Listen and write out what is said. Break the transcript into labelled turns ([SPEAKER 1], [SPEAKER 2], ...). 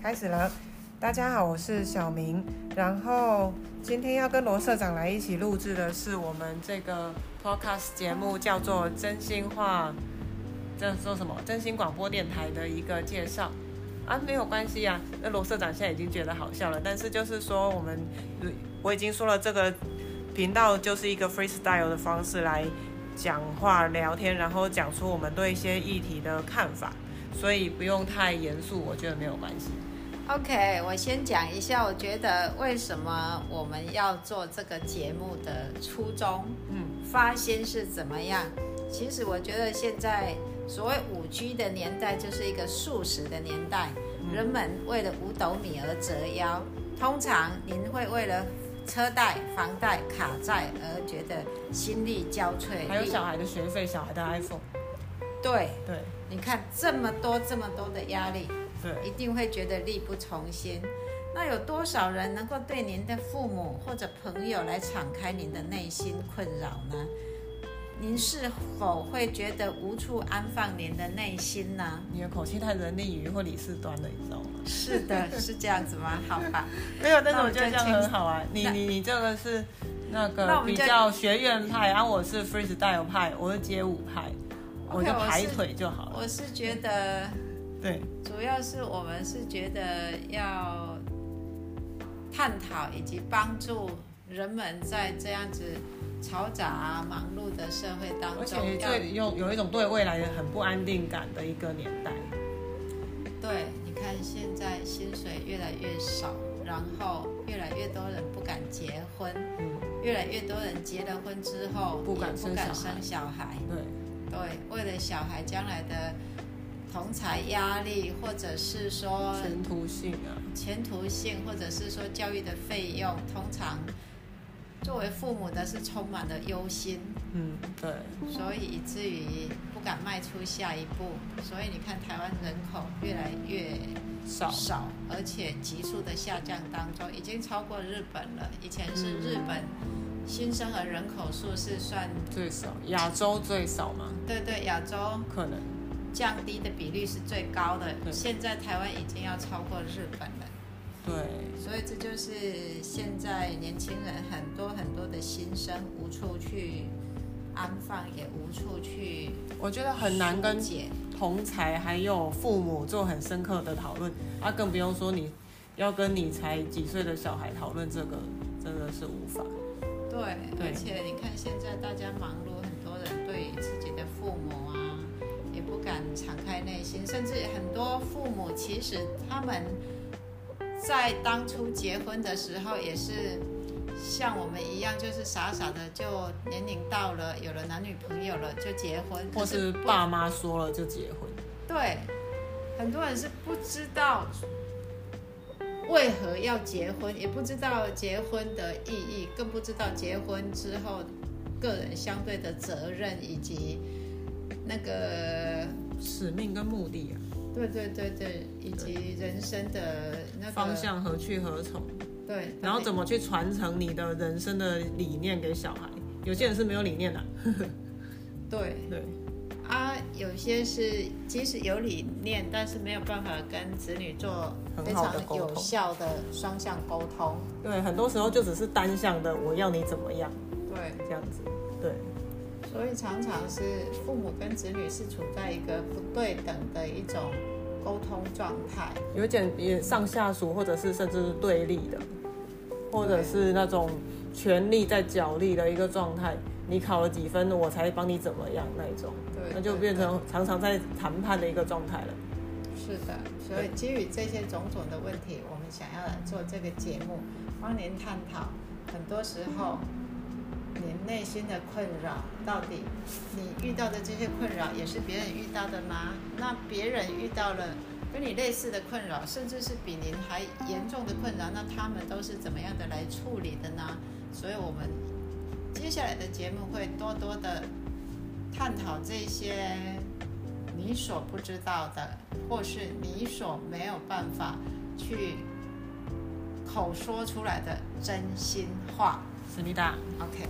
[SPEAKER 1] 开始了。大家好，我是小明。然后今天要跟罗社长来一起录制的是我们这个 podcast 节目，叫做《真心话》，这说什么？真心广播电台的一个介绍啊，没有关系啊。那罗社长现在已经觉得好笑了，但是就是说我们，我已经说了这个频道就是一个 freestyle 的方式来讲话聊天，然后讲出我们对一些议题的看法，所以不用太严肃，我觉得没有关系。
[SPEAKER 2] OK，我先讲一下，我觉得为什么我们要做这个节目的初衷，
[SPEAKER 1] 嗯
[SPEAKER 2] 发心是怎么样。其实我觉得现在所谓五 G 的年代，就是一个素食的年代，人们为了五斗米而折腰。通常您会为了车贷、房贷、卡债而觉得心力交瘁，
[SPEAKER 1] 还有小孩的学费，小孩的 iPhone，
[SPEAKER 2] 对，
[SPEAKER 1] 对
[SPEAKER 2] 你看这么多这么多的压力，
[SPEAKER 1] 对，
[SPEAKER 2] 一定会觉得力不从心。那有多少人能够对您的父母或者朋友来敞开您的内心困扰呢？您是否会觉得无处安放您的内心呢？
[SPEAKER 1] 你的口气太人力语或李四端了，你知道吗？
[SPEAKER 2] 是的， 是这样子吗？好吧，
[SPEAKER 1] 没有，但是
[SPEAKER 2] 那
[SPEAKER 1] 我
[SPEAKER 2] 我
[SPEAKER 1] 觉得
[SPEAKER 2] 就
[SPEAKER 1] 这样
[SPEAKER 2] 清
[SPEAKER 1] 很好啊。你
[SPEAKER 2] 那
[SPEAKER 1] 你你这个是那
[SPEAKER 2] 那
[SPEAKER 1] 个
[SPEAKER 2] 我们
[SPEAKER 1] 比
[SPEAKER 2] 就
[SPEAKER 1] 较学院派，然后我是 freestyle 派，我是街舞派，我
[SPEAKER 2] OK，
[SPEAKER 1] 就
[SPEAKER 2] 我
[SPEAKER 1] 排
[SPEAKER 2] 是
[SPEAKER 1] 腿就好了。
[SPEAKER 2] 我是觉得，
[SPEAKER 1] 对，
[SPEAKER 2] 主要是我们是觉得要探讨以及帮助人们在这样子嘈杂、啊、忙碌的社会当
[SPEAKER 1] 而且
[SPEAKER 2] 中，要
[SPEAKER 1] 这有有一种对未来的很不安定感的一个年代。
[SPEAKER 2] 对，你看现在薪水越来越少，然后越来越多人不敢结婚，
[SPEAKER 1] 嗯，
[SPEAKER 2] 越来越多人结了婚之后
[SPEAKER 1] 不敢
[SPEAKER 2] 也
[SPEAKER 1] 生
[SPEAKER 2] 不敢
[SPEAKER 1] 小孩
[SPEAKER 2] 生小孩。
[SPEAKER 1] 对，
[SPEAKER 2] 对，为了小孩将来的同财压力，或者是说
[SPEAKER 1] 前途性啊，
[SPEAKER 2] 前途性，或者是说教育的费用，通常作为父母的是充满了忧心，
[SPEAKER 1] 嗯，对，
[SPEAKER 2] 所以以至于不敢迈出下一步。所以你看，台湾人口越来越
[SPEAKER 1] 少，
[SPEAKER 2] 少，而且急速的下降当中，已经超过日本了。以前是日本新生儿人口数是算
[SPEAKER 1] 最少，亚洲最少嘛，
[SPEAKER 2] 对对亚洲
[SPEAKER 1] 可能。
[SPEAKER 2] 降低的比率是最高的，
[SPEAKER 1] 对
[SPEAKER 2] 现在台湾已经要超过日本了。
[SPEAKER 1] 对，
[SPEAKER 2] 所以这就是现在年轻人很多很多的心声无处去安放，也无处去
[SPEAKER 1] 我觉得很难跟
[SPEAKER 2] 疏解。
[SPEAKER 1] 同才还有父母做很深刻的讨论，啊，更不用说你要跟你才几岁的小孩讨论这个，真的是无法。
[SPEAKER 2] 对，
[SPEAKER 1] 对
[SPEAKER 2] 而且你看现在大家忙碌，很多人对自己的父母啊，也不敢敞开内心，甚至很多父母其实他们在当初结婚的时候也是。像我们一样，就是傻傻的就年龄到了，有了男女朋友了就结婚，
[SPEAKER 1] 或
[SPEAKER 2] 可
[SPEAKER 1] 是
[SPEAKER 2] 不
[SPEAKER 1] 爸妈说了就结婚，
[SPEAKER 2] 对，很多人是不知道为何要结婚，也不知道结婚的意义，更不知道结婚之后个人相对的责任以及那个。
[SPEAKER 1] 使命跟目的、啊
[SPEAKER 2] 对对对对，以及人生的那个
[SPEAKER 1] 方，向何去何从，
[SPEAKER 2] 对，
[SPEAKER 1] 然后怎么去传承你的人生的理念给小孩。有些人是没有理念的啊、
[SPEAKER 2] 对
[SPEAKER 1] 对，
[SPEAKER 2] 啊，有些是即使有理念，但是没有办法跟子女做非
[SPEAKER 1] 很好
[SPEAKER 2] 常
[SPEAKER 1] 的沟
[SPEAKER 2] 有
[SPEAKER 1] 通
[SPEAKER 2] 效的双向沟通。
[SPEAKER 1] 对，很多时候就只是单向的，我要你怎么样
[SPEAKER 2] 对，
[SPEAKER 1] 这样子，对，
[SPEAKER 2] 所以常常是父母跟子女是处在一个不对等的一种沟通状态。
[SPEAKER 1] 有点也上下属，或者是甚至是对立的，或者是那种权力在角力的一个状态。你考了几分，我才帮你怎么样那一种，
[SPEAKER 2] 对
[SPEAKER 1] 那就变成常常在谈判的一个状态了。
[SPEAKER 2] 是的，所以基于这些种种的问题，我们想要来做这个节目，帮您探讨很多时候您内心的困扰，到底你遇到的这些困扰也是别人遇到的吗？那别人遇到了。跟你类似的困扰，甚至是比您还严重的困扰，那他们都是怎么样的来处理的呢？所以，我们接下来的节目会多多的探讨这些你所不知道的，或是你所没有办法去口说出来的真心话。
[SPEAKER 1] 思密达，
[SPEAKER 2] OK，